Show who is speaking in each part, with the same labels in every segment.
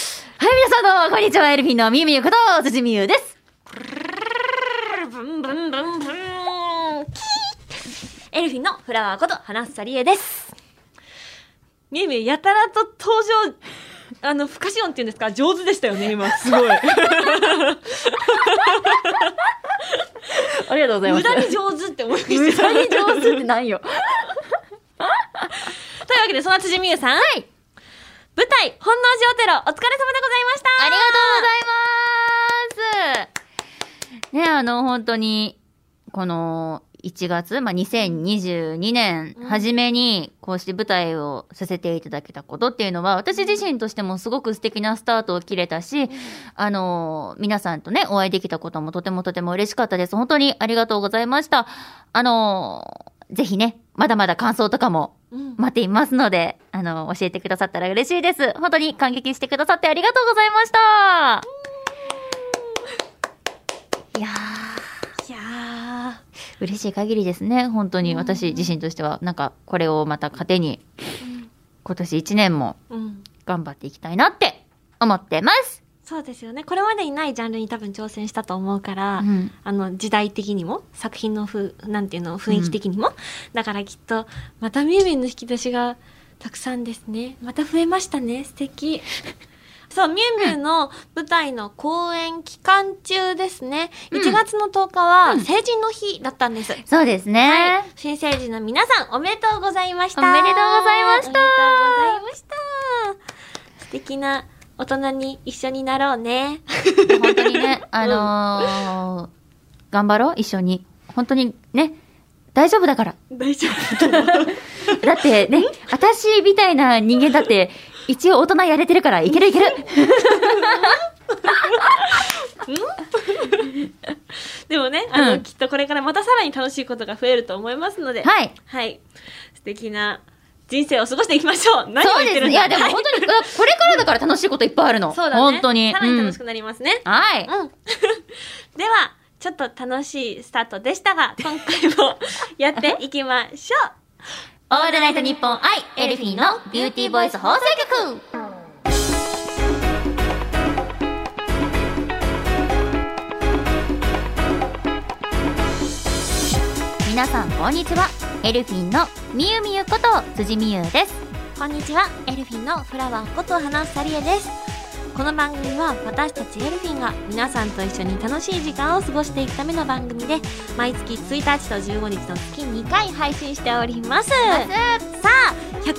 Speaker 1: 皆さんどうも、こんにちは。エルフィンのみゆみゆこと、辻みゆです。
Speaker 2: ブンブンブンブンキーエルフィンのフラワーこと花さりえですみゆみゆやたらと登場あの不可視音っていうんですか上手でしたよね 今すごい
Speaker 1: ありがとうございま
Speaker 2: 無
Speaker 1: す。
Speaker 2: 駄に上手って思いま
Speaker 1: 無
Speaker 2: した
Speaker 1: 駄 に上手ってなんよ。
Speaker 2: というわけでその辻美優さん、舞台「本能寺オテロ」お疲れ様でございました
Speaker 1: ありがとうございます。ね、あの、本当に、この、1月、まあ、2022年
Speaker 2: うん
Speaker 1: 初めにこうして舞台をさせていただけたことっていうのは私自身としてもすごく素敵なスタートを切れたしあの皆さんとねお会いできたこともとてもとても嬉しかったです本当にありがとうございましたあのぜひねまだまだ感想とかも
Speaker 2: うん
Speaker 1: 待っていますので、あの、教えてくださったら嬉しいです。本当に感激してくださってありがとうございました。いや
Speaker 2: いや
Speaker 1: ー、嬉しい限りですね。本当に私自身としては、なんかこれをまた糧に、今年1年も
Speaker 2: ーうん
Speaker 1: 頑張っていきたいなって思ってます。
Speaker 2: そうですよねこれまでにないジャンルに多分挑戦したと思うから、
Speaker 1: うん
Speaker 2: あの時代的にも作品のふなんていうの雰囲気的にも、だからきっとまたみゆみゆの引き出しがたくさんですねまた増えましたね素敵 そうみゆみゆの舞台の公演期間中ですね、
Speaker 1: うん
Speaker 2: 1月の10日は成人の日だったんです、
Speaker 1: そうですね。
Speaker 2: はい、新成人の皆さんおめでとうございました
Speaker 1: おめでとうございました
Speaker 2: おめでとうございました素敵な大人に一緒になろうね
Speaker 1: 本当にね、あのー頑張ろう、一緒に。本当にね、大丈夫だから。
Speaker 2: 大丈
Speaker 1: だってね、私みたいな人間だって、一応大人やれてるから、いけるい ける。
Speaker 2: 夫でもねあの、
Speaker 1: うん
Speaker 2: きっとこれからまたさらに楽しいことが増えると思いますのでい、
Speaker 1: はい。
Speaker 2: はい、素敵な人生を過ごしていきましょう何を
Speaker 1: そう
Speaker 2: 言っ
Speaker 1: です
Speaker 2: てる
Speaker 1: ね。
Speaker 2: ん
Speaker 1: い
Speaker 2: だ
Speaker 1: や、でも
Speaker 2: はい
Speaker 1: 本当に、これからだから楽しいこといっぱいあるの。
Speaker 2: そうだね
Speaker 1: 本当に。
Speaker 2: さらに楽し
Speaker 1: う
Speaker 2: く
Speaker 1: ん
Speaker 2: なりますね、
Speaker 1: はい。
Speaker 2: うん。 では、ちょっと楽しいスタートでしたが、今回も やっていきましょう。
Speaker 1: オールナイトニッポン愛、エルフィーのビューティーボイス放送局。皆さん、こんにちは。エルフィンのみゆみゆこと辻みゆです。
Speaker 2: こんにちは、エルフィンのフラワーこと花さりえです。この番組は私たちエルフィンが皆さんと一緒に楽しい時間を過ごしていくための番組で毎月1日と15日の月2回配信しておりますさあ102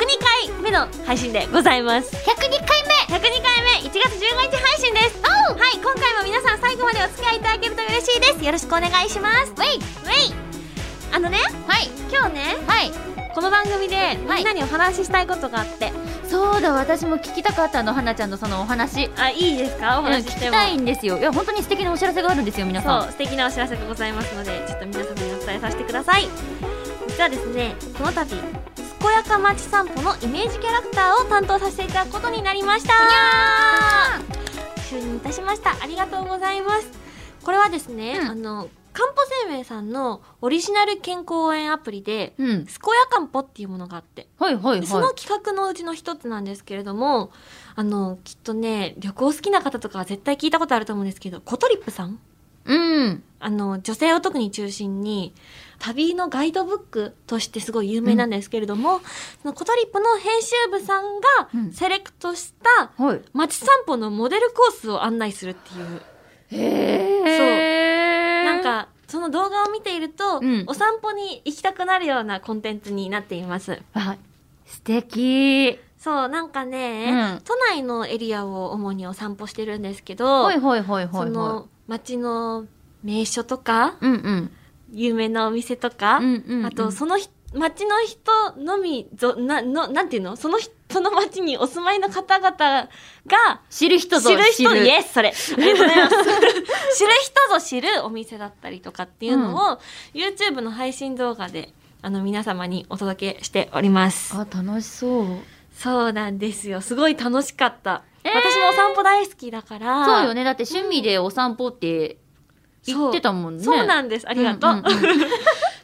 Speaker 2: 回目の配信でございます
Speaker 1: 102回目
Speaker 2: 102回目1月15日配信ですはい今回も皆さん最後までお付き合いいただけると嬉しいですよろしくお願いしますウェイウェイあのね
Speaker 1: はい。
Speaker 2: 今日ね
Speaker 1: はい。
Speaker 2: この番組で
Speaker 1: はい
Speaker 2: みんなにお話ししたいことがあって、
Speaker 1: そうだ、私も聞きたかったの、花ちゃんのそのお話。
Speaker 2: あいいですかお話しし
Speaker 1: 聞
Speaker 2: て
Speaker 1: き
Speaker 2: も
Speaker 1: たいんですよ。いや、本当に素敵なお知らせがあるんですよ、皆さ
Speaker 2: そう素敵なお知らせがございますのでちょっと皆様にお伝えさせてください実はですねこの度健やか町散歩のイメージキャラクターを担当させていただくことになりました就任いたしましたありがとうございますこれはですね、
Speaker 1: うん
Speaker 2: あの漢方生命さんのオリジナル健康応援アプリで
Speaker 1: ん。うん
Speaker 2: 健。やかんぽっていうものがあって
Speaker 1: はいはいはい。
Speaker 2: その企画のうちの一つなんですけれどもあのきっとね旅行好きな方とかは絶対聞いたことあると思うんですけどコトリップさん
Speaker 1: うん。
Speaker 2: あの女性を特に中心に旅のガイドブックとしてすごい有名なんですけれども、そのコトリップの編集部さん
Speaker 1: うん
Speaker 2: がセレクトした
Speaker 1: はい。
Speaker 2: 街散歩のモデルコースを案内するっていう、
Speaker 1: へえ。
Speaker 2: なん、かその動画を見ていると、
Speaker 1: うん
Speaker 2: お散歩に行きたくなるようなコンテンツになっています。
Speaker 1: あ、素敵。
Speaker 2: そう、なんかね、
Speaker 1: うん
Speaker 2: 都内のエリアを主にお散歩してるんですけど、
Speaker 1: はいはいはいはい
Speaker 2: そ
Speaker 1: は
Speaker 2: の街の名所とか、
Speaker 1: い。うんうん。
Speaker 2: 有名なお店とか、
Speaker 1: うんうんうん。
Speaker 2: あとそのひ街の人のみぞなのなんていうのそのひその街にお住まいの方々が
Speaker 1: 知る人ぞ
Speaker 2: 知る人イエス それありがとうございます知る人ぞ知るお店だったりとかっていうのを、YouTube の配信動画であの皆様にお届けしております
Speaker 1: あ、楽しそう。
Speaker 2: そうなんですよすごい楽しかった、
Speaker 1: えー
Speaker 2: 私もお散歩大好きだから
Speaker 1: そうよね。だって趣味でお散歩って言ってたもんね。
Speaker 2: そう
Speaker 1: あ
Speaker 2: なんですありがとう、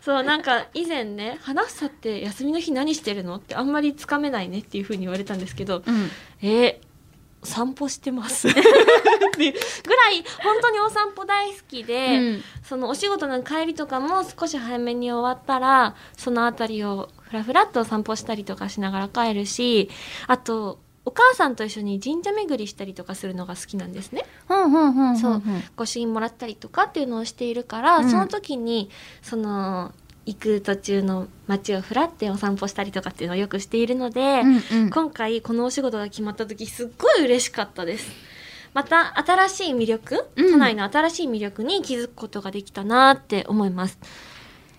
Speaker 2: そうなんか以前ね「花房って休みの日何してるの?」ってあんまりつかめないねっていうふうに言われたんですけど
Speaker 1: うん。
Speaker 2: えー散歩してます でぐらい本当にお散歩大好きで、
Speaker 1: うん
Speaker 2: そのお仕事の帰りとかも少し早めに終わったらその辺りをふらふらっとお散歩したりとかしながら帰るしあとお母さんと一緒に神社巡りしたりとかするのが好きなんですね。
Speaker 1: うんうんうんうん
Speaker 2: そう御朱印もらったりとかっていうのをしているから、
Speaker 1: うん
Speaker 2: その時にその行く途中の街をふらってお散歩したりとかっていうのをよくしているので、
Speaker 1: うんうん
Speaker 2: 今回このお仕事が決まった時すっごい嬉しかったですまた新しい魅力、
Speaker 1: うん
Speaker 2: 都内の新しい魅力に気づくことができたなって思います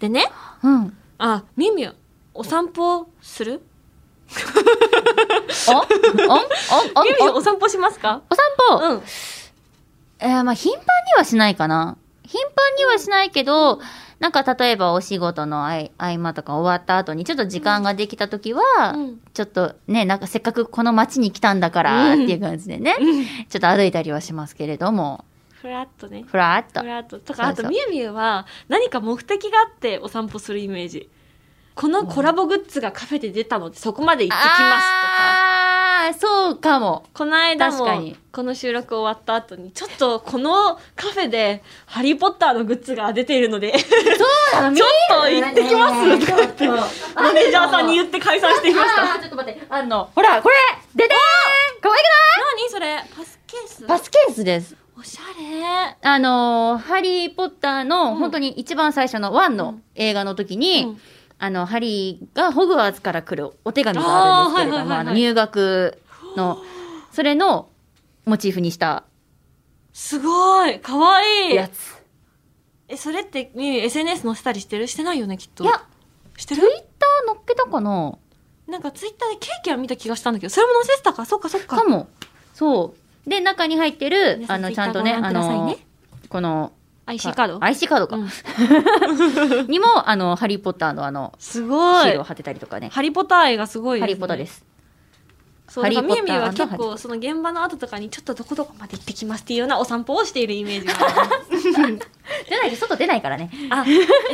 Speaker 2: でね
Speaker 1: うん
Speaker 2: あみゆみゆお散歩する
Speaker 1: おんおんおん
Speaker 2: みゆみ
Speaker 1: お
Speaker 2: ゆ
Speaker 1: ん
Speaker 2: お散歩しますか
Speaker 1: お散
Speaker 2: う
Speaker 1: 歩、
Speaker 2: ん
Speaker 1: えー、まあ頻繁にはしないかな。頻繁にはしないけど、なんか例えばお仕事の合い合間とか終わった後にちょっと時間ができた時は、
Speaker 2: うん
Speaker 1: ちょっとね、なんかせっかくこの街に来たんだからっていう感じでね、ちょっと歩いたりはしますけれども、
Speaker 2: ふらっとね
Speaker 1: ふらっと
Speaker 2: ふ。らっととかあ
Speaker 1: そう
Speaker 2: と
Speaker 1: そう
Speaker 2: みゆみゆは何か目的があってお散歩するイメージこのコラボグッズがカフェで出たのでそこまで行ってきますとか
Speaker 1: あー、そうかも。
Speaker 2: この間も
Speaker 1: 確かに
Speaker 2: この収録終わった後にちょっとこのカフェで「ハリー・ポッター」のグッズが出ている のでちょっ
Speaker 1: ちょっ
Speaker 2: と行ってきますとか言ってマネージャーさんに言って解散していま した
Speaker 1: あーちょっと待って、あの、ほら、これ出てー可愛く
Speaker 2: 何それパスケース
Speaker 1: ないパスケースです。
Speaker 2: おしゃ
Speaker 1: あのーハリー・ポッターの、
Speaker 2: ん
Speaker 1: 本当に一番最初の1
Speaker 2: う
Speaker 1: の
Speaker 2: ん
Speaker 1: 映画の時
Speaker 2: れ、
Speaker 1: に、
Speaker 2: うん
Speaker 1: あの、ハリーがホグワーツから来るお手紙があるんですけれども、
Speaker 2: あーはいはいはいはい
Speaker 1: あの、入学の、それのモチーフにした
Speaker 2: すごいかわいい
Speaker 1: やつ。
Speaker 2: えそれってみゆ SNS 載せたりしてるしてないよねきっと
Speaker 1: いや、
Speaker 2: して
Speaker 1: ツイ
Speaker 2: る
Speaker 1: ッター乗っけたかな
Speaker 2: なんかツイッターでケーキは見た気がしたんだけどそれも載せてたかそっかそっか
Speaker 1: かも。そう。で、中に入ってる、
Speaker 2: 皆さ
Speaker 1: あの、ちゃんと
Speaker 2: Twitter
Speaker 1: ね、
Speaker 2: ご
Speaker 1: あ
Speaker 2: 覧ください
Speaker 1: の
Speaker 2: ね
Speaker 1: ー、この、
Speaker 2: IC カード
Speaker 1: IC カードか
Speaker 2: う。ん
Speaker 1: にも、あの、ハリー・ポッターのあの、
Speaker 2: す
Speaker 1: シ
Speaker 2: ご
Speaker 1: ール
Speaker 2: い
Speaker 1: を貼ってたりとかね。
Speaker 2: ハリポター愛がすごい
Speaker 1: ハリー・ポッターです。
Speaker 2: そうだから
Speaker 1: ハ
Speaker 2: み
Speaker 1: リー
Speaker 2: ゆ
Speaker 1: ポッ
Speaker 2: み
Speaker 1: タ
Speaker 2: ゆ
Speaker 1: ーハ
Speaker 2: は
Speaker 1: リー
Speaker 2: 結構その現場の後とかにちょっとどこどこまで行ってきますっていうようなお散歩をしているイメージが ある
Speaker 1: じゃないと外出ないからね。
Speaker 2: あ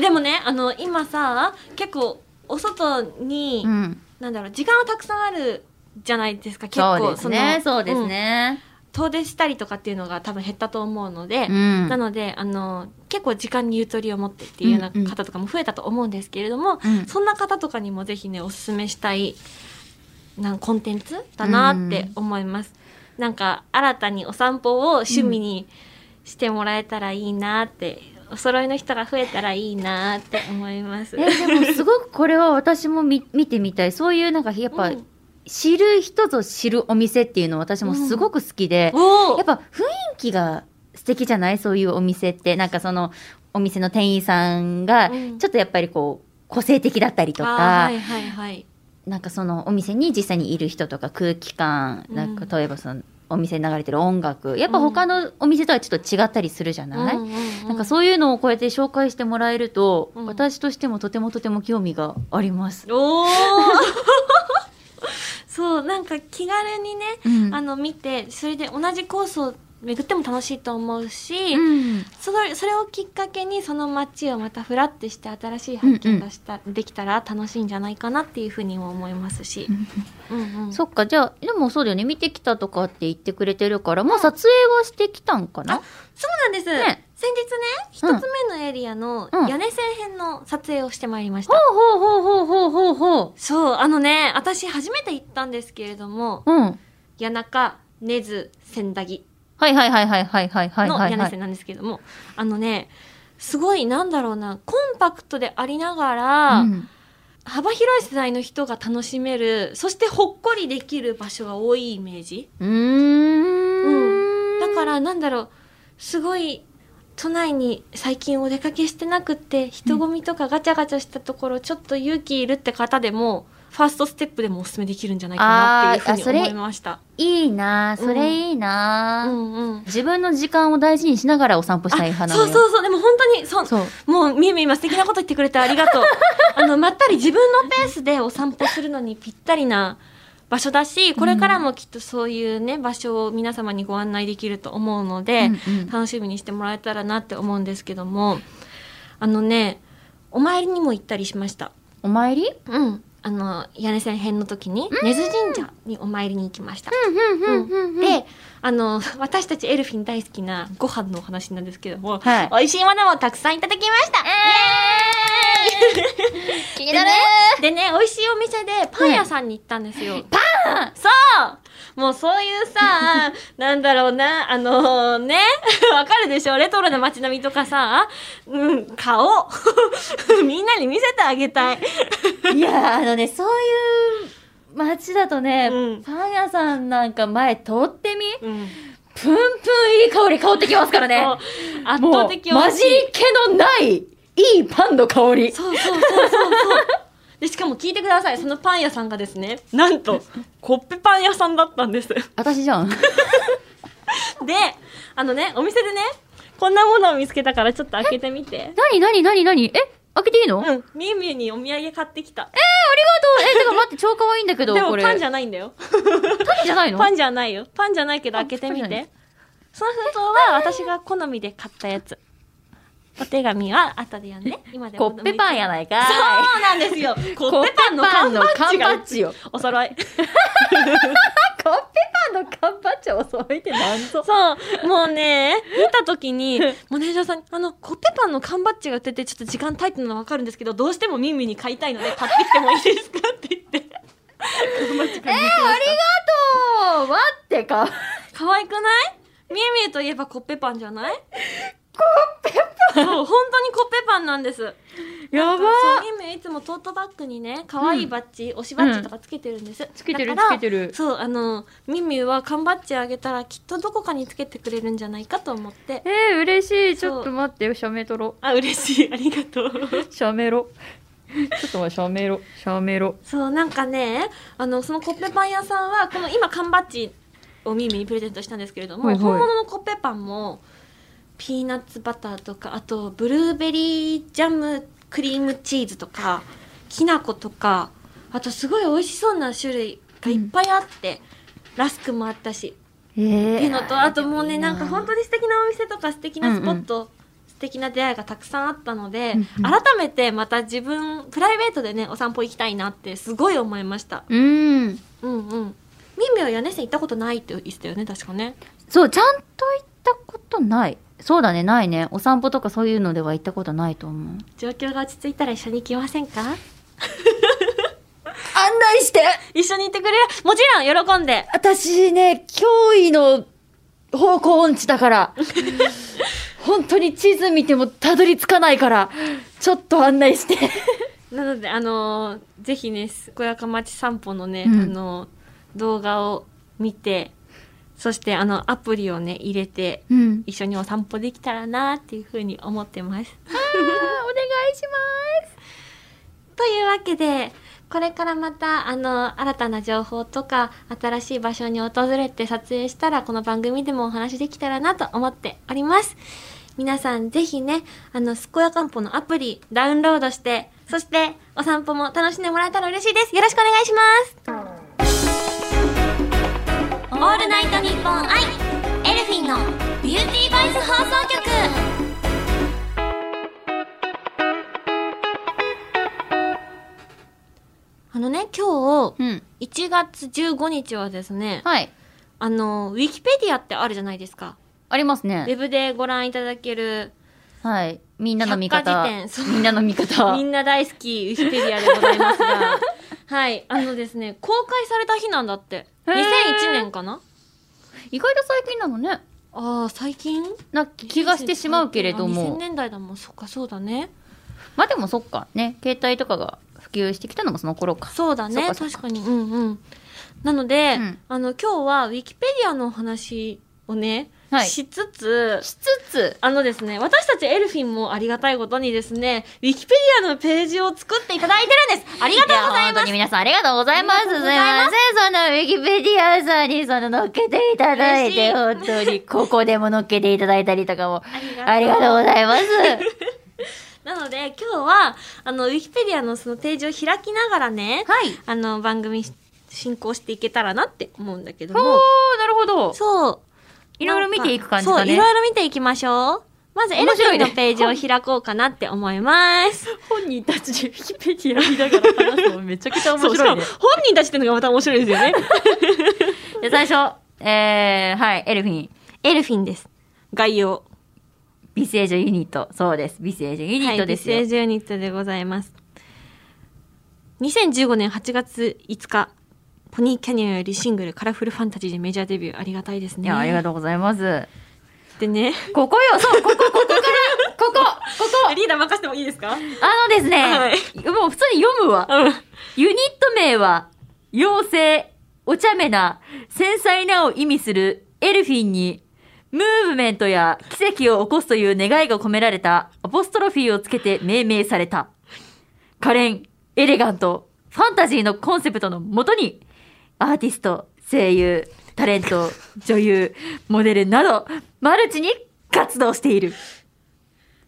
Speaker 2: でもねあの今さ結構お外に、
Speaker 1: うん。
Speaker 2: なんだろう時間はたくさんあるじゃないですか結構
Speaker 1: そうですね。
Speaker 2: の
Speaker 1: そうですね。
Speaker 2: うん遠出したりとかっていうのが多分減ったと思うので、
Speaker 1: ん
Speaker 2: なのであの結構時間にゆとりを持ってっていうような
Speaker 1: うんうん
Speaker 2: 方とかも増えたと思うんですけれども、
Speaker 1: うん
Speaker 2: そんな方とかにもぜひねおすすめしたいなんコンテンツだなって思います、なんか新たにお散歩を趣味にしてもらえたらいいなって、お揃いの人が増えたらいいなって思います
Speaker 1: えでもすごくこれは私も見見てみた いそういうなんかやっぱ、
Speaker 2: うん
Speaker 1: 知る人ぞ知るお店っていうの私もすごく好きで、
Speaker 2: お
Speaker 1: やっ
Speaker 2: ー
Speaker 1: ぱ雰囲気が素敵じゃないそういうお店ってなんかそのお店の店員さんが
Speaker 2: うん
Speaker 1: ちょっとやっぱりこう個性的だったりとか、
Speaker 2: あーはいはいはい
Speaker 1: なんかそのお店に実際にいる人とか空気感なん
Speaker 2: う
Speaker 1: か
Speaker 2: ん
Speaker 1: 例えばそのお店に流れてる音楽やっぱ他のお店とはちょっと違ったりするじゃない、
Speaker 2: うんうんうん
Speaker 1: なんかそういうのをこうやって紹介してもらえると、
Speaker 2: うん
Speaker 1: 私としてもとてもとても興味があります。
Speaker 2: おー そうなんか気軽にね
Speaker 1: うん
Speaker 2: あの見てそれで同じコースを巡っても楽しいと思うし、
Speaker 1: うん
Speaker 2: そのそれをきっかけにその街をまたフラってして新しい発見がした、できたら楽しいんじゃないかなっていうふうにも思いますし、うんうん
Speaker 1: そっかじゃあでもそうだよね見てきたとかって言ってくれてるからもう撮影はしてきたんかな、
Speaker 2: そうなんです、
Speaker 1: ね
Speaker 2: 先日
Speaker 1: うん
Speaker 2: ね一つ目のエリアの
Speaker 1: うん
Speaker 2: 屋根線編の撮影をしてまいりまし
Speaker 1: ほ
Speaker 2: た、
Speaker 1: うほうほうほうほうほ
Speaker 2: そうあのね私初めて行ったんですけれども
Speaker 1: ううん
Speaker 2: 谷中根津千駄木
Speaker 1: はいはいはいはいはいはいはい
Speaker 2: の
Speaker 1: はい
Speaker 2: 屋
Speaker 1: は
Speaker 2: 根
Speaker 1: い
Speaker 2: 線なんですけども、あのねすごいなんだろうなコンパクトでありながら、
Speaker 1: うん
Speaker 2: 幅広い世代の人が楽しめるそしてほっこりできる場所が多いイメージ
Speaker 1: うーん
Speaker 2: だからなんだろうすごい都内に最近お出かけしてなくって人混みとかガチャガチャしたところちょっと勇気いるって方でもファーストステップでもおすすめできるんじゃないかなっていうふうに
Speaker 1: あーあ
Speaker 2: 思
Speaker 1: それ
Speaker 2: いました
Speaker 1: いいなあそれいいな
Speaker 2: う
Speaker 1: あ、
Speaker 2: んうん
Speaker 1: 自分の時間を大事にしながらお散歩したい
Speaker 2: あ
Speaker 1: 派なの
Speaker 2: そう
Speaker 1: よ
Speaker 2: そうそうでも本当にそう
Speaker 1: そう
Speaker 2: もうみゆみゆ今素敵なこと言ってくれてあり がとうあのまったり自分のペースでお散歩するのにぴったりな場所だしこれからもきっとそういうね場所を皆様にご案内できると思うので、
Speaker 1: うんうん
Speaker 2: 楽しみにしてもらえたらなって思うんですけどもあのねお参りにも行ったりしました
Speaker 1: お参り
Speaker 2: うんあの屋根線編の時に根津神社にお参りに行きました。
Speaker 1: うんうんうんうん。
Speaker 2: で、あの 私たちエルフィン大好きなご飯のお話なんですけども、
Speaker 1: はい
Speaker 2: 美味しいものをたくさんいただきました。
Speaker 1: 気に
Speaker 2: で
Speaker 1: なる
Speaker 2: ねでね、美味しいお店でパン屋さんに行ったんですよ。パンそうもうそういう さ、なんだろうな、あのね、 わかるでしょレトロな街並みとかさ、うん、顔 みんなに見せてあげたい。
Speaker 1: いやーあのねそういう街だとね、
Speaker 2: うん
Speaker 1: パン屋さんなんか前通ってみ
Speaker 2: うん、
Speaker 1: プンプンいい香り香ってきますからね
Speaker 2: そう圧
Speaker 1: も
Speaker 2: 倒
Speaker 1: う
Speaker 2: 的美
Speaker 1: 混
Speaker 2: 味し
Speaker 1: じり
Speaker 2: い。
Speaker 1: 気のないいいパンの香り
Speaker 2: そうそう そうそうそう。で、しかも聞いてください。そのパン屋さんがですね、なんと、コッペパン屋さんだったんです。
Speaker 1: 私じゃん
Speaker 2: で、あのね、お店でね、こんなものを見つけたからちょっと開けてみて。
Speaker 1: 何何何何え開けていいの、えありがと
Speaker 2: うん、みゆみゆにお土産買ってきた。
Speaker 1: うえてか待って超可愛いんだけど
Speaker 2: でも
Speaker 1: これ
Speaker 2: パンじゃないんだよ。
Speaker 1: パンじゃないの
Speaker 2: パンじゃないよ。パンじゃないけど
Speaker 1: あ
Speaker 2: 開けてみ
Speaker 1: パンじゃな
Speaker 2: て
Speaker 1: い。
Speaker 2: その封筒は私が好みで買ったやつ。お手紙は後で読んで。今で
Speaker 1: コッペパンや
Speaker 2: い。
Speaker 1: ないかい
Speaker 2: そうなんですよ。コッペパンの缶バッジが
Speaker 1: コッペパンの缶バッジよ。
Speaker 2: お揃い。
Speaker 1: コッペパンの缶バッチを揃えてなんぞ
Speaker 2: そう、もうね、見たと きに、マネージャーさんに、あの、コッペパンの缶バッジが売ってて、ちょっと時間帯っていうのはわかるんですけど、どうしてもミンミンに買いたいので、買ってきてもいいですかって言って。缶バッジ買いに行きました
Speaker 1: ありがとう待ってか
Speaker 2: 可愛くないミュウミュウといえばコッペパンじゃない
Speaker 1: コッペ
Speaker 2: そう、本当にコッペパンなんです。
Speaker 1: やば
Speaker 2: そう、ミュウミュウいつもトートバッグにね、可愛いバッジ、推しバッジとかつけてるんです。
Speaker 1: つけてる
Speaker 2: だから
Speaker 1: つけてる
Speaker 2: そう、あの、ミュウミュウは缶バッジあげたら、きっとどこかにつけてくれるんじゃないかと思って。
Speaker 1: えー、嬉しい。ち
Speaker 2: そう
Speaker 1: ょっと待ってよ、シャメとろ。
Speaker 2: あ、嬉しい。ありがとう。
Speaker 1: シャメロ。ちょっと待って、シャメロ。シャメロ。
Speaker 2: そう、なんかね、あの、そのコッペパン屋さんは、この今缶バッジをミーミーにプレゼントしたんですけれども、
Speaker 1: はいはい
Speaker 2: 本物のコッペパンも、ピーナッツバターとか、あと、ブルーベリージャムクリームチーズとか、きな粉とか、あとすごい美味しそうな種類がいっぱいあって、ラスクもあったし、
Speaker 1: えー
Speaker 2: っていうのと、あともうね、なんか本当
Speaker 1: に。
Speaker 2: に素敵なお店とか素敵なスポット、素敵な出会いがたくさんあったので、
Speaker 1: うんうん
Speaker 2: 改めてまた自分、プライベートでね、お散歩行きたいなってすごい思いました。
Speaker 1: うん。
Speaker 2: うんうん。みんみんは屋根線行ったことないって言ってたよね、確かね。
Speaker 1: そう、ちゃんと行ったことない。そうだね、ないね。お散歩とかそういうのでは行ったことないと思う。
Speaker 2: 状況が落ち着いたら一緒に行きませんか
Speaker 1: 案内して
Speaker 2: 一緒に行ってくれるもちろん、喜んで。
Speaker 1: 私ね、驚異の方向音痴だ から。本当に地図見てもたどり着かないから、ちょっと案内して。
Speaker 2: なので、あのーぜひね、す小か町散歩のね、
Speaker 1: うん
Speaker 2: あのー動画を見て、そしてあの、アプリをね、入れて、
Speaker 1: うん。
Speaker 2: 一緒にお散歩できたらなっていうふうに思ってます。
Speaker 1: お願いします。
Speaker 2: というわけで、これからまた、あの、新たな情報とか、新しい場所に訪れて撮影したら、この番組でもお話できたらなと思っております。皆さん、ぜひね、あの、すこやかんぽのアプリ、ダウンロードして、そして、お散歩も楽しんでもらえたら嬉しいです。よろしくお願いします。オールナイトニッポンアイエルフィンのビューティーバイス放送局あのね、今
Speaker 1: うん。
Speaker 2: 日、1月15日はですね、
Speaker 1: はい。
Speaker 2: あの、ウィキペディアってあるじゃないですか。
Speaker 1: あります
Speaker 2: ウ
Speaker 1: ね。
Speaker 2: ェブでご覧いただける、
Speaker 1: はい。みんなの味
Speaker 2: 百
Speaker 1: 方
Speaker 2: 科事典そう。
Speaker 1: みんなの味方
Speaker 2: み。んな大好きウィキペディアでございますが、 はい、あのですね、公開された日なんだって。
Speaker 1: へー
Speaker 2: 2001年かな
Speaker 1: 意外と最近なのね。
Speaker 2: ああ、最近
Speaker 1: な気がしてしまうけれど
Speaker 2: 2000
Speaker 1: も。
Speaker 2: 年代だもん、そっか、そうだね。
Speaker 1: まあでもそっか。ね。携帯とかが普及してきたのもその頃か。
Speaker 2: そうだね
Speaker 1: そっかそっ
Speaker 2: 確かにうんうんなので、
Speaker 1: うん
Speaker 2: あの今日はウィキペディアのお話をね、
Speaker 1: はい
Speaker 2: しつつ
Speaker 1: しつつ、
Speaker 2: あのですね私たちエルフィンもありがたいことにですねウィキペディアのページを作っていただいてるんですありがとうござい
Speaker 1: や本
Speaker 2: ま
Speaker 1: 当に
Speaker 2: す
Speaker 1: 皆さんありがとうございます。
Speaker 2: ありがとう
Speaker 1: す
Speaker 2: ござ
Speaker 1: い
Speaker 2: いま
Speaker 1: ません。そのウィキペディアさんにその乗っけていただいて、
Speaker 2: 嬉
Speaker 1: 本当に、ここでも乗っけていただいたりとかも、
Speaker 2: あ
Speaker 1: あ
Speaker 2: り
Speaker 1: り
Speaker 2: が
Speaker 1: が
Speaker 2: と
Speaker 1: と
Speaker 2: う
Speaker 1: うございます。
Speaker 2: なので今日はあのウィキペディアのそのページを開きながらね、
Speaker 1: はい。
Speaker 2: あの番組し進行していけたらなって思うんだけど
Speaker 1: おー
Speaker 2: も、
Speaker 1: なるほど。
Speaker 2: そう
Speaker 1: いろいろ見ていく感じだ
Speaker 2: そう、い
Speaker 1: ね。
Speaker 2: ろいろ見ていきましょう。ままずエル
Speaker 1: 面白
Speaker 2: フィ
Speaker 1: い
Speaker 2: ン
Speaker 1: ね
Speaker 2: のページを開こうかなって思い ます。
Speaker 1: 本人たち、ウィキペディア見な がら話すのめちゃくちゃ面白いね
Speaker 2: そうし。かも本人たちってのがまた面白いですよね。
Speaker 1: で最初、えー、はい、エルフィン。
Speaker 2: エルフィンです。概要。
Speaker 1: 美声女ユニット。そうです。美声女ユニットですよ。
Speaker 2: はい、ビスエージュユニットでございます。2015年8月5日、ポニーキャニオンよりシングルカラフルファンタジーでメジャーデビューありがたいです
Speaker 1: い
Speaker 2: ね。
Speaker 1: や、ありがとうございます。
Speaker 2: でね、
Speaker 1: ここよ、そう、ここ、ここから、ここ、ここ。
Speaker 2: リーダー任せてもいいですか
Speaker 1: あのですね、
Speaker 2: はい
Speaker 1: もう普通に読むわ。
Speaker 2: うん。
Speaker 1: ユニット名は、妖精、お茶目な、繊細なを意味するエルフィンに、ムーブメントや奇跡を起こすという願いが込められたアポストロフィーをつけて命名された。可憐、エレガント、ファンタジーのコンセプトのもとに、アーティスト、声優、タレント、女優、モデルなど、マルチに活動している。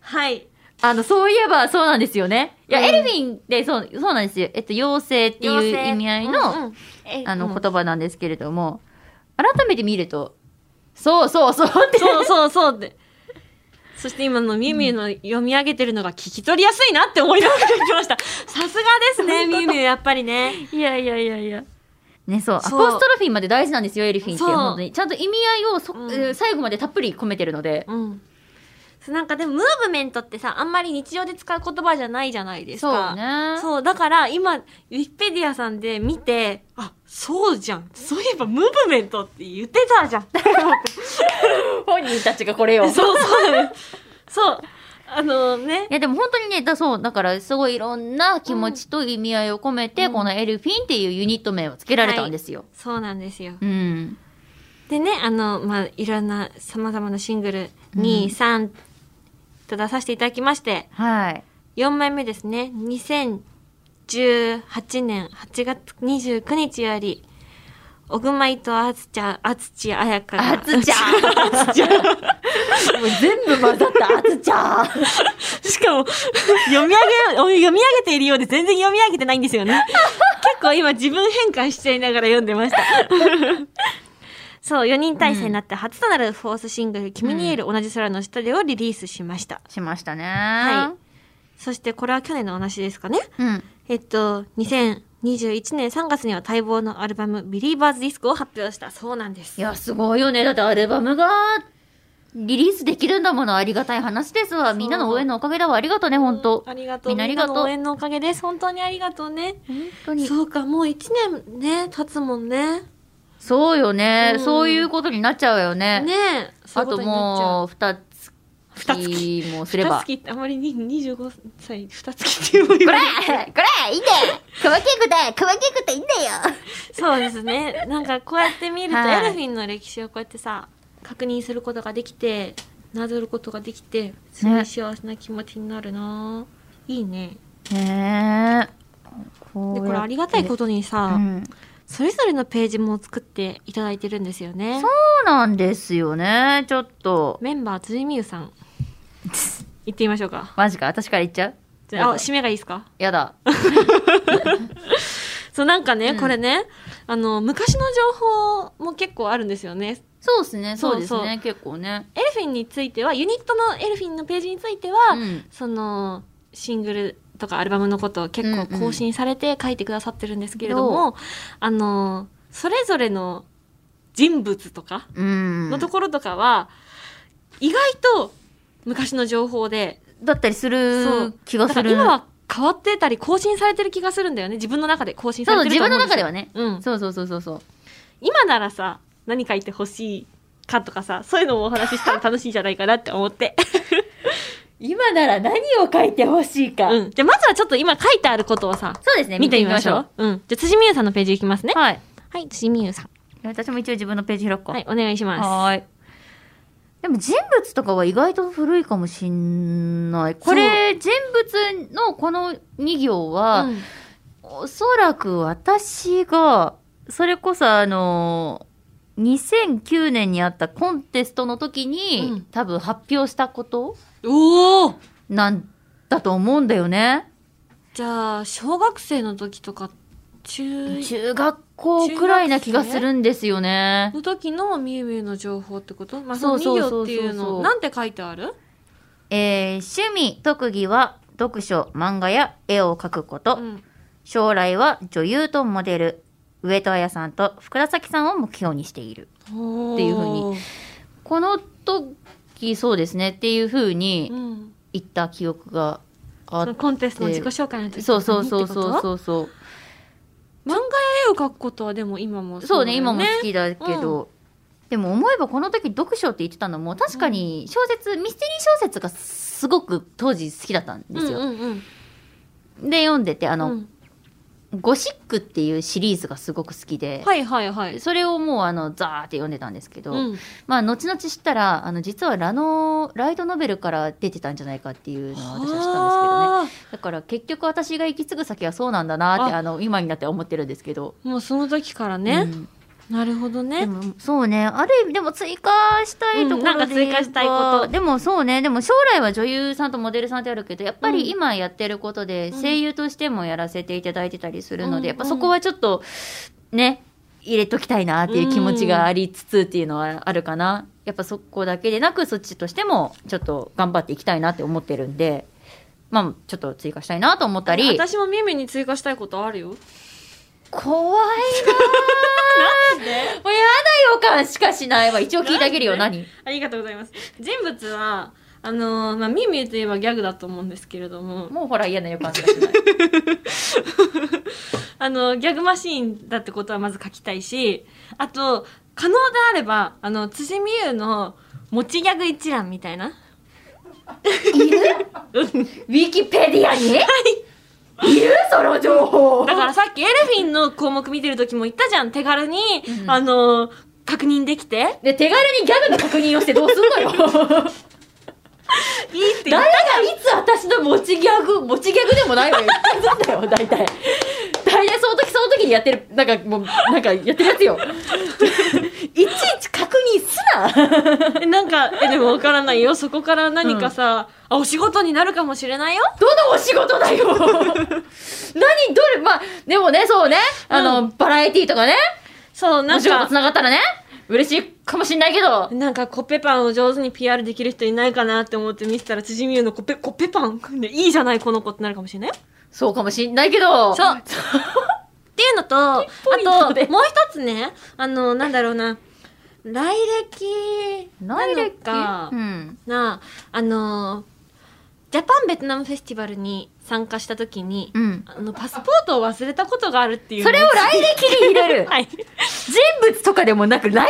Speaker 2: はい。
Speaker 1: あの、そういえばそうなんですよね。いや、
Speaker 2: うん
Speaker 1: エルフィンってそう、そうなんですよ。えっと、妖精っていう意味合いの、
Speaker 2: うんうんえ
Speaker 1: あの
Speaker 2: うん
Speaker 1: 言葉なんですけれども、改めて見ると、そうそうそうって。
Speaker 2: そうそうそうって。そして今のみゆみゆの読み上げてるのが聞き取りやすいなって思いながら聞きました。さすがですね、みゆみゆ、やっぱりね。
Speaker 1: いやいやいやいや。ね、そう、アポス
Speaker 2: そ
Speaker 1: ト
Speaker 2: う
Speaker 1: ロフィンまで大事なんですよ、エルフィンって。
Speaker 2: そう
Speaker 1: 本当に。ちゃんと意味合いをそ、
Speaker 2: うん
Speaker 1: えー最後までたっぷり込めてるので。
Speaker 2: うん。そうなんかでも、ムーブメントってさ、あんまり日常で使う言葉じゃないじゃないです
Speaker 1: そう
Speaker 2: か。
Speaker 1: ね。
Speaker 2: そう、だから今、ウィキペディアさんで見て、あ、そうじゃん。そういえば、ムーブメントって言ってたじゃ ん。
Speaker 1: 本人たちがこれを。 い
Speaker 2: そうそう。 そう。あのね。
Speaker 1: や、でも本当にね、だそう、だから、すごいいろんな気持ちと意味合いを込めて、
Speaker 2: うん
Speaker 1: このエルフィンっていうユニット名を付けられたんですよ。
Speaker 2: そうなんですよ。
Speaker 1: うん。
Speaker 2: でね、あの、まあ、いろんな様々なシングル
Speaker 1: うん
Speaker 2: 2、3と出させていただきまして、
Speaker 1: はい。
Speaker 2: 4枚目ですね。2018年8月29日より、オグマイとアツチャ、アツチアヤカが。
Speaker 1: あつちゃんあつ ちゃんもう全部混ざった、あつちゃん
Speaker 2: しかも、読み上げ、読み上げているようで全然読み上げてないんです よね。結構今自分変換しちゃいながら読んでました。そう、4人体制になって初となるフォースシングル、君に言える同じ空の下でをリリースしました。
Speaker 1: しましたね。
Speaker 2: はいそしてこれは去年のお話ですかね。
Speaker 1: うん。
Speaker 2: えっと、2021年3月には待望のアルバム、ビリーバーズディスクを発表したそうなんで
Speaker 1: い
Speaker 2: す。
Speaker 1: や、すごいよね。だってアルバムが、リリースできるんだもの、ありがたい話ですわ。みんなの応援のおかげだわ。ありがとうね、ほんと。
Speaker 2: ありがとう。
Speaker 1: み
Speaker 2: み
Speaker 1: んな
Speaker 2: んな
Speaker 1: ありがとう
Speaker 2: の応援のおかげです。本当にありがとうね。
Speaker 1: 本当に。
Speaker 2: そうか、もう1年ね、経つもんね。
Speaker 1: そうよね、
Speaker 2: うん
Speaker 1: そういうことになっちゃうよね。
Speaker 2: ねえ、
Speaker 1: あともう、二つ
Speaker 2: 二月
Speaker 1: きもす
Speaker 2: う
Speaker 1: れば。
Speaker 2: 二
Speaker 1: こ
Speaker 2: 月ってあまりに25歳、二月っていうもんよ
Speaker 1: れこれいいね細かいことだ細かいこといいんだよ
Speaker 2: そうですね。なんかこうやって見ると、
Speaker 1: はい
Speaker 2: エルフィンの歴史をこうやってさ、確認することができて、なぞることができて、すごい幸せな気持ちになるな、いいね。
Speaker 1: ねえ。、
Speaker 2: で、これありがたいこととにさ、
Speaker 1: うん
Speaker 2: それぞれのページも作っていただいてるんですよね。
Speaker 1: そうなんですよね、ちょっと。
Speaker 2: メンバー、辻美優さん。行ってみましょうか。
Speaker 1: マジか、私から言っちゃう
Speaker 2: じゃあ、あ締めがいいですか
Speaker 1: やだ。
Speaker 2: そう、なんかね、
Speaker 1: うん
Speaker 2: これね、あの、昔の情報も結構あるんですよね。
Speaker 1: そうですね、そうです
Speaker 2: そうそ
Speaker 1: ね、結構ね。
Speaker 2: エルフィンについてはユニットのエルフィンのページについては、
Speaker 1: うん
Speaker 2: そのシングルとかアルバムのことを結構
Speaker 1: うんうん
Speaker 2: 更新されて書いてくださってるんですけれども、あのそれぞれの人物とか
Speaker 1: うん
Speaker 2: のところとかは、意外と昔の情報で
Speaker 1: だったりす
Speaker 2: そ
Speaker 1: る
Speaker 2: う
Speaker 1: 気
Speaker 2: だ
Speaker 1: が
Speaker 2: か
Speaker 1: す
Speaker 2: ら
Speaker 1: る。
Speaker 2: 今は変わってたり更新されてる気がするんだよね自分の中で更新さ
Speaker 1: そう、
Speaker 2: れてる
Speaker 1: 自
Speaker 2: と
Speaker 1: 分
Speaker 2: 思うん
Speaker 1: の
Speaker 2: で
Speaker 1: 中
Speaker 2: す
Speaker 1: で
Speaker 2: よ
Speaker 1: はね。
Speaker 2: うん、
Speaker 1: そうそうそうそうそう。
Speaker 2: 今ならさ何書いてほしいかとかさそういうのをお話ししたら楽しいんじゃないかなって思って
Speaker 1: 今なら何を書いてほしいか
Speaker 2: うん。じゃあ、まずはちょっと今書いてあることをさ、
Speaker 1: そうですね、
Speaker 2: 見てみましょう。うん。じゃあ、辻美優さんのページいきますね。
Speaker 1: はい。
Speaker 2: はい、辻美優さん。
Speaker 1: 私も一応自分のページ開くか。
Speaker 2: はい、お願いしま
Speaker 1: はーい。でも人物とかは意外と古いかもしんない。これ、人物のこの2行
Speaker 2: す。
Speaker 1: は、
Speaker 2: うん
Speaker 1: おそらく私が、それこそあのー、2009年にあったコンテストの時に、
Speaker 2: うん
Speaker 1: 多分発表したこと
Speaker 2: おお
Speaker 1: なんだと思うんだよね。
Speaker 2: じゃあ、小学生の時とか、中
Speaker 1: 中学校くらいな気がするんですよね。
Speaker 2: の時のみゆみゆの情報ってことまあ、
Speaker 1: そ
Speaker 2: そうの
Speaker 1: そうそうそう
Speaker 2: 2行っていうの、なんて書いてある
Speaker 1: えー趣味、特技は読書、漫画や絵を描くこと、
Speaker 2: うん
Speaker 1: 将来は女優とモデル、上戸彩さんと福田咲さんを目標にしている。っていう風にこの時、そうですねっていうふう
Speaker 2: う
Speaker 1: に
Speaker 2: ん、
Speaker 1: 言った記憶があ
Speaker 2: そ
Speaker 1: っ
Speaker 2: のコンテストの自己紹介の時
Speaker 1: そうそうそう
Speaker 2: とかに
Speaker 1: そう
Speaker 2: ってこ
Speaker 1: そうそう。
Speaker 2: と漫画や絵を描くことはでも今も
Speaker 1: そうね、
Speaker 2: だよ
Speaker 1: 今も好きだけど。でも思えばこの時読書って言ってたのも確かに小説、ミステリー小説がすごく当時好きだったんですよ。
Speaker 2: うんうんうん
Speaker 1: で読んでてあ
Speaker 2: あ
Speaker 1: の、ゴシックっていうシリーズがすごく好きで、
Speaker 2: はいはいはい
Speaker 1: それをもうあのザーって読んでたんですけど、
Speaker 2: うん
Speaker 1: まあ後々知ったらあの実はラノライトノベルから出てたんじゃないかっていうのを私は知ったんですけどね
Speaker 2: は
Speaker 1: だから結局私が行き継ぐ先はそうなんだなって
Speaker 2: あ
Speaker 1: あの今になって思ってるんですけど
Speaker 2: あもうその時から
Speaker 1: う
Speaker 2: ね、
Speaker 1: ん
Speaker 2: なるほど
Speaker 1: で
Speaker 2: ね
Speaker 1: もそうねある意味でも追加したいところで、
Speaker 2: うんなんか追加したいこと
Speaker 1: でもそうねでも将来は女優さんとモデルさんってあるけどやっぱ
Speaker 2: うん
Speaker 1: り今やってることで
Speaker 2: うん
Speaker 1: 声優としてもやらせていただいてたりするので、
Speaker 2: うん
Speaker 1: やっぱそこはちょっとね入れときたいなっていう気持ちがありつつっていうのはあるかな、やっぱそこだけでなくそっちとしてもちょっと頑張っていきたいなって思ってるんでまあちょっと追加したいなと思ったり
Speaker 2: 私もミミに追加したいことあるよ
Speaker 1: 怖い なもうやだ予感しかしないわ一応聞いてあげるよ
Speaker 2: な
Speaker 1: 何
Speaker 2: ありがとうございます人物はあのーまあ、ミミといえばギャグだと思うんですけれども
Speaker 1: もうほら嫌な予感しかしない
Speaker 2: あのギャグマシーンだってことはまず書きたいしあと可能であればあの辻美優の持ちギャグ一覧みたいない
Speaker 1: るウィキペディア に、い、るその情報
Speaker 2: だからさっきエルフィンの項目見てる時も言ったじゃん手軽に、
Speaker 1: うん
Speaker 2: あのー確認できていいって
Speaker 1: で手軽にギャグの確認をしてどうすんのよ
Speaker 2: 言った
Speaker 1: 誰がいつ私の持ちギャグ持ちギャグでもないわよ いつだよ大体大体その時その時にやってるなんかもうなんかやってるやつ よいちいち確認すな
Speaker 2: えなんかえでもわからないよそこから何かさ、あお仕事になるかもしれないよ
Speaker 1: どのお仕事 だよ何どれまあでもねそうねあの、バラエティーとかね
Speaker 2: そうな
Speaker 1: お
Speaker 2: ん
Speaker 1: 仕事
Speaker 2: か
Speaker 1: つながったらね嬉しいかもしんないけど
Speaker 2: なんかコッペパンを上手に PR できる人いないかなって思って見てたら辻美優のコッペコッペパンでいいじゃないこの子ってなるかもしれないよ
Speaker 1: そうかもしんないけど
Speaker 2: そうっていうのと、あ
Speaker 1: ポイントで
Speaker 2: と、もう一つね、あの、なんだろうな、来歴な
Speaker 1: 来
Speaker 2: の
Speaker 1: 歴
Speaker 2: か、
Speaker 1: うん
Speaker 2: な、あの、ジャパンベトナムフェスティバルに参加した時に、
Speaker 1: うん
Speaker 2: あの、パスポートを忘れたことがあるっていう。
Speaker 1: それを来歴に入れる、
Speaker 2: はい。
Speaker 1: 人物とかでもなく来歴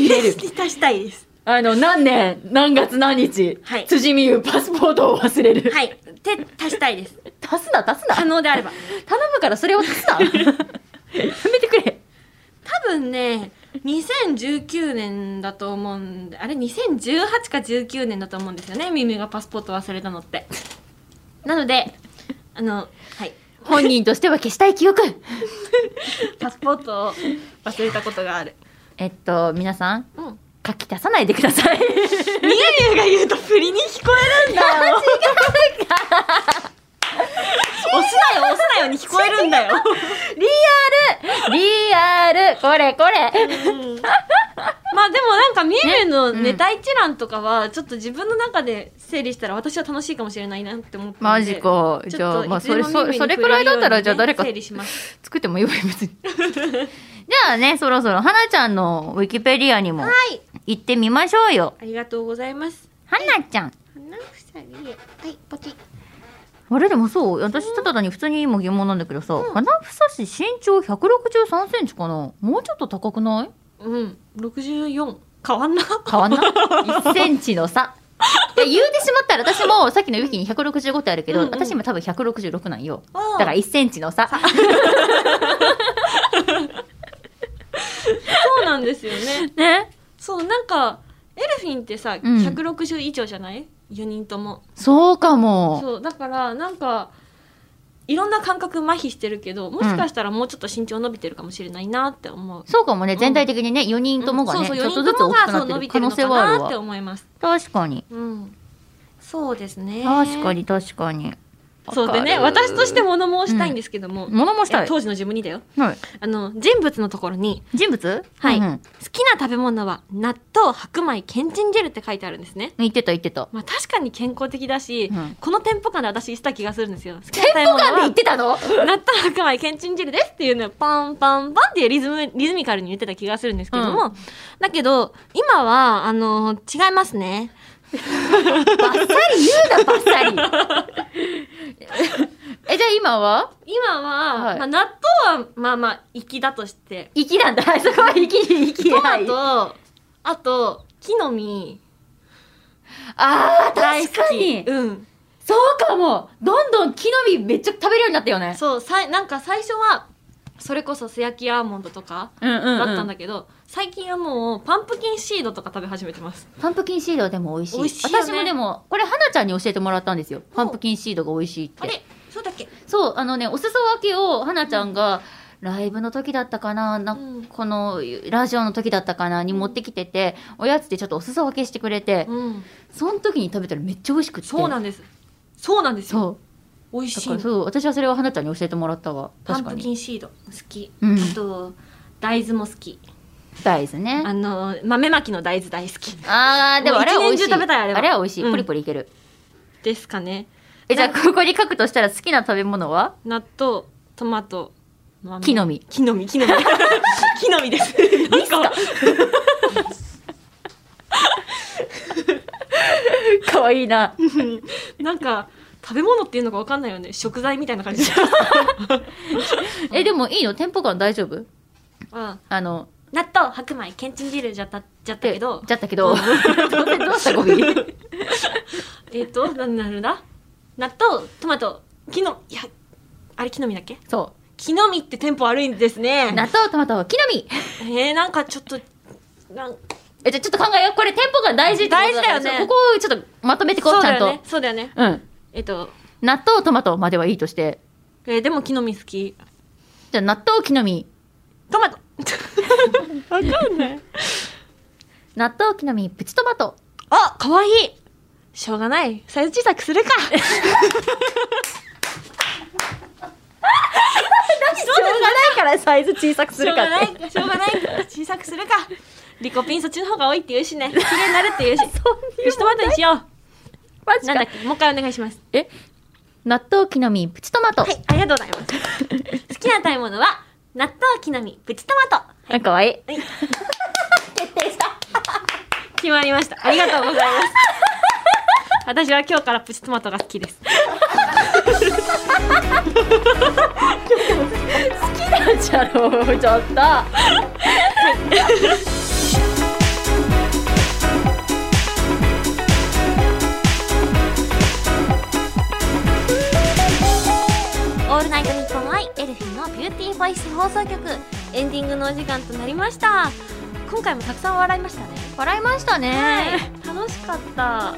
Speaker 1: に入れる
Speaker 2: 歴に足したいです。
Speaker 1: あの何年何月何日、
Speaker 2: はい
Speaker 1: 辻美優パスポートを忘れる、
Speaker 2: はい。で、足したいです。
Speaker 1: 足すな足すな
Speaker 2: 可
Speaker 1: 頼
Speaker 2: 能であれば。
Speaker 1: むからそれを足 すなやめてくれ
Speaker 2: 多分ね、2019年だと思うんで、あれ2018か19年だと思うんですよね、耳がパスポート忘れたのって。なので、あの、はい。
Speaker 1: 本人としては消したい記憶
Speaker 2: パスポートを忘れたことがある。
Speaker 1: えっと皆さん
Speaker 2: うん。
Speaker 1: 書き足さないでください
Speaker 2: みやみやが言うと振りに聞こえるんだよ。押すなよ、押すなよに聞こえるんだよ。
Speaker 1: リアルリアルこれこれ
Speaker 2: うん まあでもなんかみえみえのネタ一覧とかはちょっと自分の中で整理したら私は楽しいかもしれないなって思って
Speaker 1: マジかじゃあまあそれそそれくらいだったらじゃあ誰か
Speaker 2: 整理します
Speaker 1: 作ってもいいわよ別にじゃあねそろそろはなちゃんのウィキペディアにも
Speaker 2: はい
Speaker 1: 行ってみましょうよ
Speaker 2: ありがとうございます
Speaker 1: はなちゃん
Speaker 2: 花ふさぎはいポチ
Speaker 1: あれでもそう私ただ単に普通に今疑問なんだけどさ、
Speaker 2: うん
Speaker 1: 花房市身長1 6 3センチかなもうちょっと高くない
Speaker 2: うん64変わんな
Speaker 1: 変わんない ?1 センチの差いや言うてしまったら私もさっきのウィキに165ってあるけど、
Speaker 2: うんうん
Speaker 1: 私今多分166なんよ
Speaker 2: ああ
Speaker 1: だから1センチの差
Speaker 2: そうなんですよね
Speaker 1: ね
Speaker 2: そうなんかエルフィンってさ
Speaker 1: うん
Speaker 2: 160以上じゃない4人とも
Speaker 1: そうかも
Speaker 2: そうだからなんかいろんな感覚麻痺してるけどもしかしたらもうちょっと身長伸びてるかもしれないなって思う、
Speaker 1: そうかもね
Speaker 2: ん
Speaker 1: 全体的にね4人ともがね、
Speaker 2: そう
Speaker 1: ち
Speaker 2: そ
Speaker 1: ょ
Speaker 2: う
Speaker 1: っ
Speaker 2: 4
Speaker 1: と
Speaker 2: 人
Speaker 1: ずつ
Speaker 2: と
Speaker 1: 大
Speaker 2: も
Speaker 1: き
Speaker 2: が
Speaker 1: く
Speaker 2: そ
Speaker 1: な
Speaker 2: う
Speaker 1: って
Speaker 2: 伸び
Speaker 1: る可
Speaker 2: てる
Speaker 1: 能
Speaker 2: のか
Speaker 1: 性はある
Speaker 2: なって
Speaker 1: わ
Speaker 2: 思います
Speaker 1: 確かに
Speaker 2: うんそうですね
Speaker 1: 確かに確かに
Speaker 2: そうでね私として物申したいんですけども、
Speaker 1: 物もした
Speaker 2: え
Speaker 1: い。
Speaker 2: 当時の自分にだよ
Speaker 1: はい。
Speaker 2: あの人物のところに
Speaker 1: 人物
Speaker 2: はい
Speaker 1: うんうん
Speaker 2: 好きな食べ物は納豆白米けんちん汁って書いてあるんですね
Speaker 1: 言ってた言ってた。
Speaker 2: まあ確かに健康的だし、
Speaker 1: うん
Speaker 2: この店舗間で私した気がするんですよ好きな
Speaker 1: 店
Speaker 2: 食べ
Speaker 1: 舗
Speaker 2: 物
Speaker 1: 間で言
Speaker 2: は
Speaker 1: ってたの
Speaker 2: 納豆白米けんちん汁ですっていうのをパンパンパンっていうリズムリズミカルに言ってた気がするんですけども、だけど今はあの違いますね
Speaker 1: バッサリ言うな、バッサリ。 え、じゃあ今は
Speaker 2: 今は、
Speaker 1: はい
Speaker 2: まあ、納豆はまあまあ粋だとして
Speaker 1: 粋なんだ。そこは粋に粋
Speaker 2: ト
Speaker 1: は
Speaker 2: マ
Speaker 1: い。
Speaker 2: トあと木の実
Speaker 1: あー、
Speaker 2: 大
Speaker 1: 確
Speaker 2: 好
Speaker 1: か
Speaker 2: き
Speaker 1: に。
Speaker 2: うん
Speaker 1: そうかも。どんどん木の実めっちゃ食べるようになったよね。
Speaker 2: そうさいなんか最初はそれこそ素焼きアーモンドとか
Speaker 1: うんうん、
Speaker 2: だったんだけど、最近はもうパンプキンシードとか食べ始めてます
Speaker 1: パンプキンシードはでも美味しい。
Speaker 2: 美味しいよね
Speaker 1: 私もでも、これ、花ちゃんに教えてもらったんですよ。パンプキンシードが美味しいっ
Speaker 2: あ
Speaker 1: て。
Speaker 2: れそうだっけ
Speaker 1: そう、あのね、お裾分けを、花ちゃんが、ライブの時だったかな、な
Speaker 2: うん
Speaker 1: この、ラジオの時だったかな、に持ってきてて、おやつでちょっとお裾分けしてくれて、
Speaker 2: うん
Speaker 1: その時に食べたらめっちゃ美味しくって。
Speaker 2: そうなんですそうなんですよ
Speaker 1: そう。
Speaker 2: 美味
Speaker 1: だ
Speaker 2: しい
Speaker 1: から
Speaker 2: の
Speaker 1: そう、私はそれを花ちゃんに教えてもらったわ。
Speaker 2: パ
Speaker 1: 確
Speaker 2: ン
Speaker 1: か
Speaker 2: プ
Speaker 1: に。
Speaker 2: キンシード好き、
Speaker 1: うん
Speaker 2: あと大豆も好き
Speaker 1: 大豆ね。
Speaker 2: あの豆まきの大豆大好き
Speaker 1: あー、でもあれは美味しい。
Speaker 2: もう一年中食べたいあれは
Speaker 1: 美味しい。
Speaker 2: うん
Speaker 1: ポリポリいける。
Speaker 2: ですかね
Speaker 1: え、じゃあ、ここに書くとしたら好きな食べ物 は
Speaker 2: 納豆トマト豆
Speaker 1: 木の実
Speaker 2: 木の実木の 実木の実ですなんか
Speaker 1: かわいいな。
Speaker 2: なんか食べ物っていうのかわかんないよね食材みたいな 感じ
Speaker 1: え、でもいいの店舗感大丈夫
Speaker 2: あ
Speaker 1: あの、
Speaker 2: 納豆白米けんちん汁じゃったじゃったけど
Speaker 1: じゃったけど、どうせ どうしたゴミ
Speaker 2: えっ、と何になるんだ納豆トマト木のいやあれ木の実だっけ
Speaker 1: そ
Speaker 2: 木の実ってテンポ悪いんですね
Speaker 1: う。納豆、トマト、木の実
Speaker 2: えー、なんかちょっとなん
Speaker 1: え、じゃあちょっと考えよう。これ店舗感大事ってことから
Speaker 2: 大事だよね
Speaker 1: そうここをちょっとまとめてこう、
Speaker 2: そう
Speaker 1: ち
Speaker 2: だ
Speaker 1: ゃん
Speaker 2: よ
Speaker 1: と
Speaker 2: ね。そうだよね
Speaker 1: うん。
Speaker 2: えっと、
Speaker 1: 納豆、トマトまではいいとして。
Speaker 2: えーでも木の実好き
Speaker 1: じゃあ納豆、木の実。
Speaker 2: ト マトわかんない
Speaker 1: 納豆、木の実、プチトマト。
Speaker 2: あ可愛いしょうがないサイズ小さくするか
Speaker 1: しょうがないからサイズ小さく
Speaker 2: しょうがないしょうがない小さくするかリコピンそっちの方が多いって言うしね綺麗になるっ て言うしプチトマトにしよ
Speaker 1: マ
Speaker 2: う
Speaker 1: ジ
Speaker 2: なんだっ
Speaker 1: か。
Speaker 2: けもう一回お願いします
Speaker 1: え納豆、木の実、プチトマト。
Speaker 2: はいありがとうございます好きな食べ物は納豆木の実プチトマト
Speaker 1: あかわいい。
Speaker 2: 決定した決まりましたありがとうございます私は今日からプチトマトが好きです
Speaker 1: じゃろう、ちょっと。
Speaker 2: オールナイトニッポンアイエルフィンのビューティーボイス放送局エンディングのお時間となりました今回もたくさん笑いましたね
Speaker 1: 笑いました
Speaker 2: はい
Speaker 1: ね。
Speaker 2: 楽しかった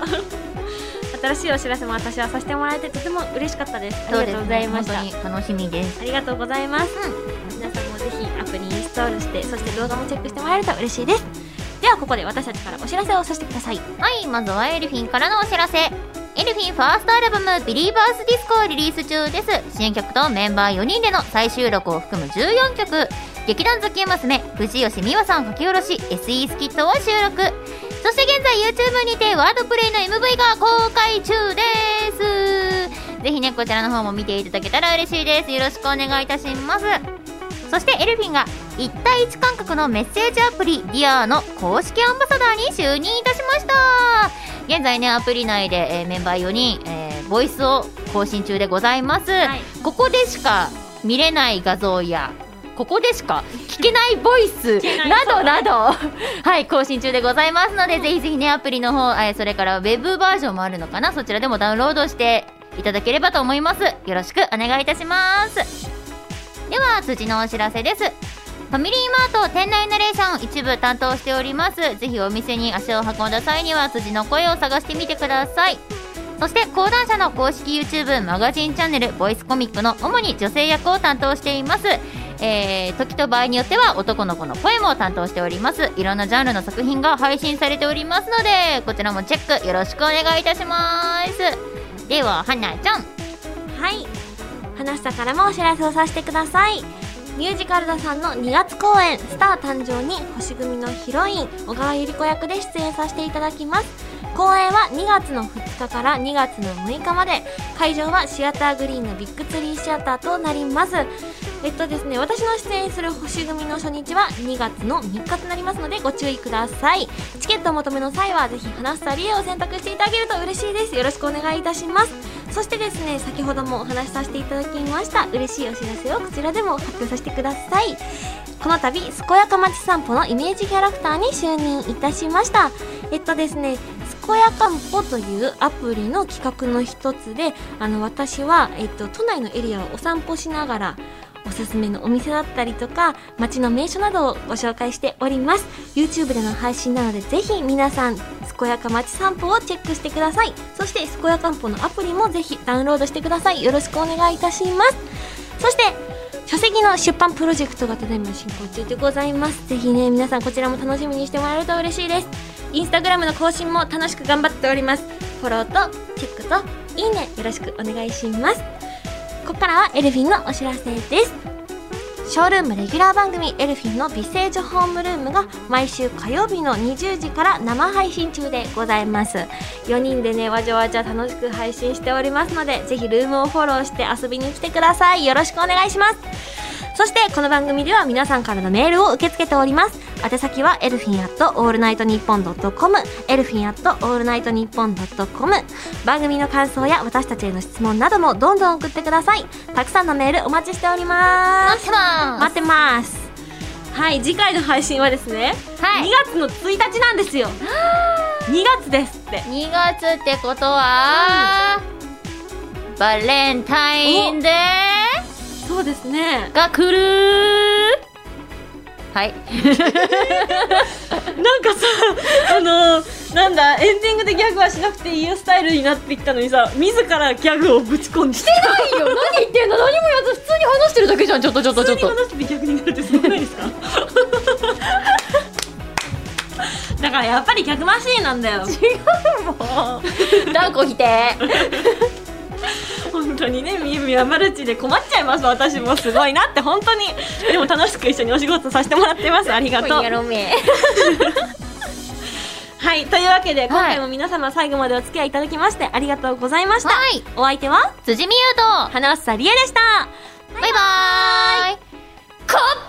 Speaker 2: 新しいお知らせも私はさせてもらえてとても嬉しかったですありがとうございました
Speaker 1: そうですね本当に楽しみです。
Speaker 2: ありがとうございます、皆さんもぜひアプリインストールしてそして動画もチェックしてもらえると嬉しいですではここで私たちからお知らせをさせてください
Speaker 1: はい、まずはエルフィンからのお知らせ。エルフィンファーストアルバム「ビリーバースディスコ」をリリース中です新曲とメンバー4人での再収録を含む14曲劇団好き娘藤吉美和さん書き下ろし SE スキットを収録そして現在 YouTube にてワードプレイの MV が公開中ですぜひねこちらの方も見ていただけたら嬉しいですよろしくお願いいたしますそしてエルフィンが1対1感覚のメッセージアプリ Dear の公式アンバサダーに就任いたしました現在ねアプリ内で、えーメンバー4人、えーボイスを更新中でございます、
Speaker 2: い
Speaker 1: ここでしか見れない画像やここでしか聞けないボイス
Speaker 2: ない
Speaker 1: などなどはい更新中でございますので、ぜひぜひねアプリの方、えーそれからウェブバージョンもあるのかなそちらでもダウンロードしていただければと思いますよろしくお願いいたしますでは辻のお知らせですファミリーマート店内ナレーションを一部担当しておりますぜひお店に足を運んだ際には辻の声を探してみてくださいそして講談社の公式 YouTube マガジンチャンネル「ボイスコミック」の主に女性役を担当していますえー時と場合によっては男の子の声も担当しておりますいろんなジャンルの作品が配信されておりますのでこちらもチェックよろしくお願いいたしますでははなちゃん
Speaker 2: はい花房からもお知らせをさせてくださいミュージカル座さんの2月公演「スター誕生」に星組のヒロイン小川百合子役で出演させていただきます公演は2月の2日から2月の6日まで会場はシアターグリーンのビッグツリーシアターとなりますえっとですね私の出演する星組の初日は2月の3日となりますのでご注意くださいチケットをお求めの際はぜひ花房理恵を選択していただけると嬉しいですよろしくお願いいたしますそしてですね先ほどもお話しさせていただきました嬉しいお知らせをこちらでも発表させてくださいこの度健やか町散歩のイメージキャラクターに就任いたしましたえっとですね健やかんぽというアプリの企画の一つであの私は、えっと、都内のエリアをお散歩しながらおすすめのお店だったりとか街の名所などをご紹介しております YouTube での配信なのでぜひ皆さん健やか街散歩をチェックしてくださいそして健やかんぽのアプリもぜひダウンロードしてくださいよろしくお願いいたしますそして書籍の出版プロジェクトがただいま進行中でございますぜひね皆さんこちらも楽しみにしてもらえると嬉しいですインスタグラムの更新も楽しく頑張っておりますフォローとチェックといいねよろしくお願いしますここからはエルフィンのお知らせですショールームレギュラー番組「エルフィンの美声女ホームルーム」が毎週火曜日の20時から生配信中でございます4人でねわじゃわじゃ楽しく配信しておりますのでぜひルームをフォローして遊びに来てくださいよろしくお願いしますそしてこの番組では皆さんからのメールを受け付けております宛先はエルフィンアットオールナイトニッポンドットコムエルフィンアットオールナイトニッポンドットコム番組の感想や私たちへの質問などもどんどん送ってくださいたくさんのメールお待ちしております
Speaker 1: 待ってま
Speaker 2: 待ってますはい次回の配信はですね、
Speaker 1: はい
Speaker 2: 2月の1日なん ですよ2月ですって
Speaker 1: す2月ってことは、バレンタインデー
Speaker 2: そうですね
Speaker 1: が来るはい
Speaker 2: なんかさ あのーなんだエンディングでギャグはしなくていいよスタイルになってきたのにさ自らギャグをぶち込んでしてない
Speaker 1: いや何言ってんの何もやず普通に話してるだけじゃんちょっとちょっと
Speaker 2: 普
Speaker 1: ち
Speaker 2: 通
Speaker 1: ょっ
Speaker 2: に
Speaker 1: と
Speaker 2: 話してて逆になるってすごくない ですかだからやっぱり逆マシーンなんだよ
Speaker 1: 断固否定
Speaker 2: 本当にねみみやマルチで困っちゃいます私もすごいなって本当にでも楽しく一緒にお仕事させてもらってますありがとう
Speaker 1: やろめ
Speaker 2: はいというわけで今回も皆様最後までお付き合いいただきましてありがとうございました、
Speaker 1: はい
Speaker 2: お相手は
Speaker 1: 辻美優と
Speaker 2: 花房理恵でした
Speaker 1: バイバーイ乾杯